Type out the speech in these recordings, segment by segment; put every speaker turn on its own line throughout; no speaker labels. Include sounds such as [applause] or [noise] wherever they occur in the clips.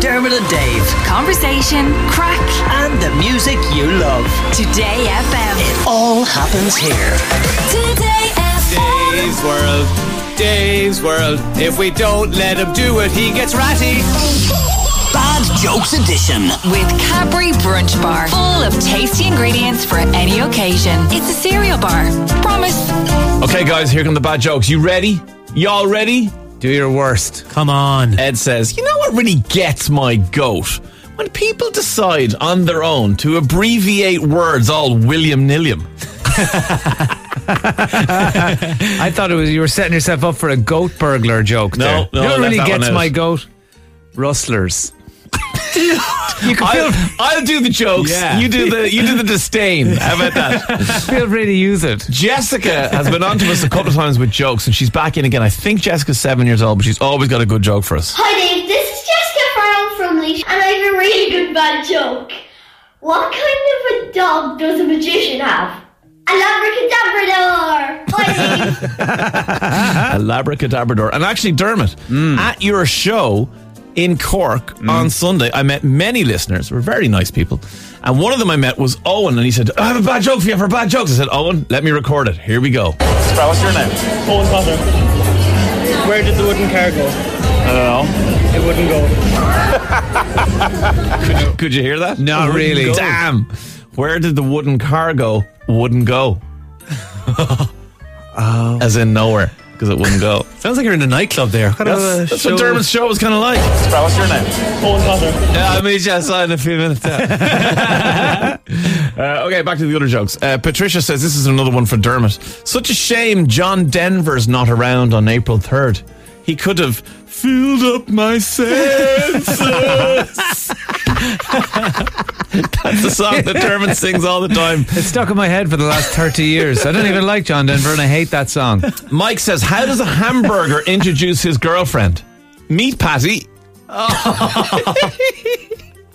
Dermot and Dave.
Conversation, crack,
And the music you love.
Today FM.
It all happens here.
Today FM.
Dave's World. Dave's World. If we don't let him do it, he gets ratty.
Bad Jokes Edition.
With Cadbury Brunch Bar. Full of tasty ingredients for any occasion. It's a cereal bar. Promise.
Okay, guys, here come the bad jokes. You ready? Y'all ready? Do your worst.
Come on.
Ed says, You know what really gets my goat? When people decide on their own to abbreviate words all William Nilliam.
I thought it was you were setting yourself up for a goat burglar joke.
No,
there.
no,
you know
I
what
left
really
that one
gets
out.
my goat. Rustlers. you can feel,
I'll, I'll do the jokes.
Yeah.
You do the you do the disdain. How about
[laughs]
that?
feel free to use it.
Jessica has been on to us a couple of times with jokes, and she's back in again. I think Jessica's seven years old, but she's always got a good joke for us.
Hi Dave, this is Jessica Farrell from Leash, and I have a really good bad joke. What kind of a dog does a magician have? A Labrador! Bye Dave!
A labracadabrador. And actually, Dermot,
Mm.
at your show in Cork on Sunday, I met many listeners. who Were very nice people, and one of them I met was Owen, and he said, "I have a bad joke for you for bad jokes." I said, "Owen, let me record it. Here we go."
what's your name? Owen Potter. Where did the wooden car go? I don't know. It wouldn't go.
Could you hear that?
Not really.
Damn. Where did the wooden car go?
[laughs]
Wouldn't go. As in nowhere, because it wouldn't go.
Oh. Sounds like you're in a nightclub there. Kind of a
That's, that's
show.
what Dermot's show was kind of like.
what's your name? Owen Potter.
Uh, Yeah, I'll meet you outside in a few minutes. [laughs] uh, okay, back to the other jokes. Uh, Patricia says this is another one for Dermot. Such a shame John Denver's not around on April 3rd. He could have filled up my [laughs] senses. That's the song that Dermot sings all the time.
It's stuck in my head for the last 30 years. I don't even like John Denver and I hate that song.
Mike says, How does a hamburger introduce his girlfriend? Meet Patty.
Oh.
[laughs]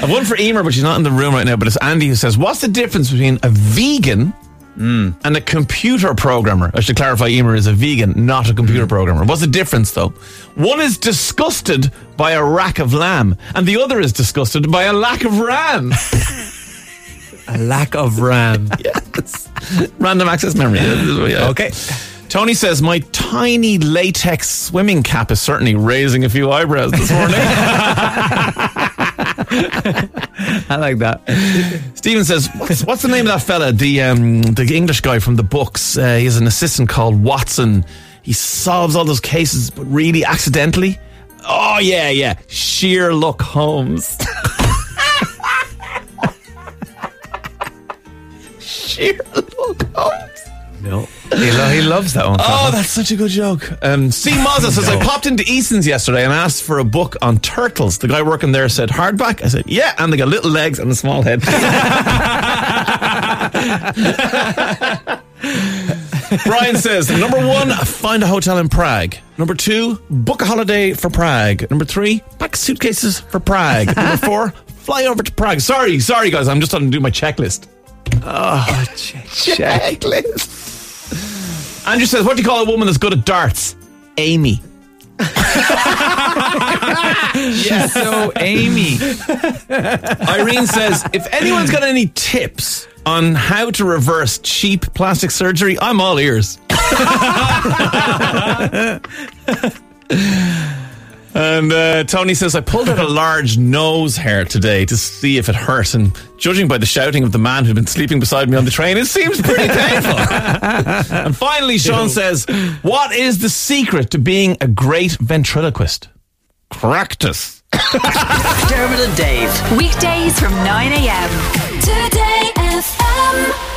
I've one for Emer, but she's not in the room right now. But it's Andy who says, What's the difference between a vegan
Hmm.
and a computer programmer? I should clarify Emer is a vegan, not a computer
Hmm.
programmer. What's the difference, though? One is disgusted by a rack of lamb, and the other is disgusted by a lack of ram.
[laughs] A lack of RAM.
[laughs] Random access memory. Yeah.
Okay.
Tony says, My tiny latex swimming cap is certainly raising a few eyebrows this morning.
I like that.
Stephen says, what's, what's the name of that fella? The, um, the English guy from the books. Uh, he has an assistant called Watson. He solves all those cases, but really accidentally. Oh, yeah, yeah. Sheer luck Holmes. [laughs] Sheer luck Holmes.
No.
He, lo- he loves that one.
Oh, that's such a good joke. Um, C. Mazza says, I popped into Easton's yesterday and asked for a book on turtles. The guy working there said, hardback? I said, yeah, and they got little legs and a small head. [laughs] Brian says, number one, find a hotel in Prague. Number two, book a holiday for Prague. Number three, pack suitcases for Prague. Number four, fly over to Prague. Sorry, sorry, guys, I'm just trying to do my checklist. Checklist. Andrew says, what do you call a woman that's good at darts? Amy.
She's [laughs] so Amy.
Irene says, if anyone's got any tips on how to reverse cheap plastic surgery, I'm all ears. [laughs] and uh, Tony says, I pulled out a large nose hair today to see if it hurt. And judging by the shouting of the man who'd been sleeping beside me on the train, it seems pretty painful. and finally, Sean says, What is the secret to being a great ventriloquist? Practice.
Dermot and Dave.
Weekdays from 9 a.m. Today FM.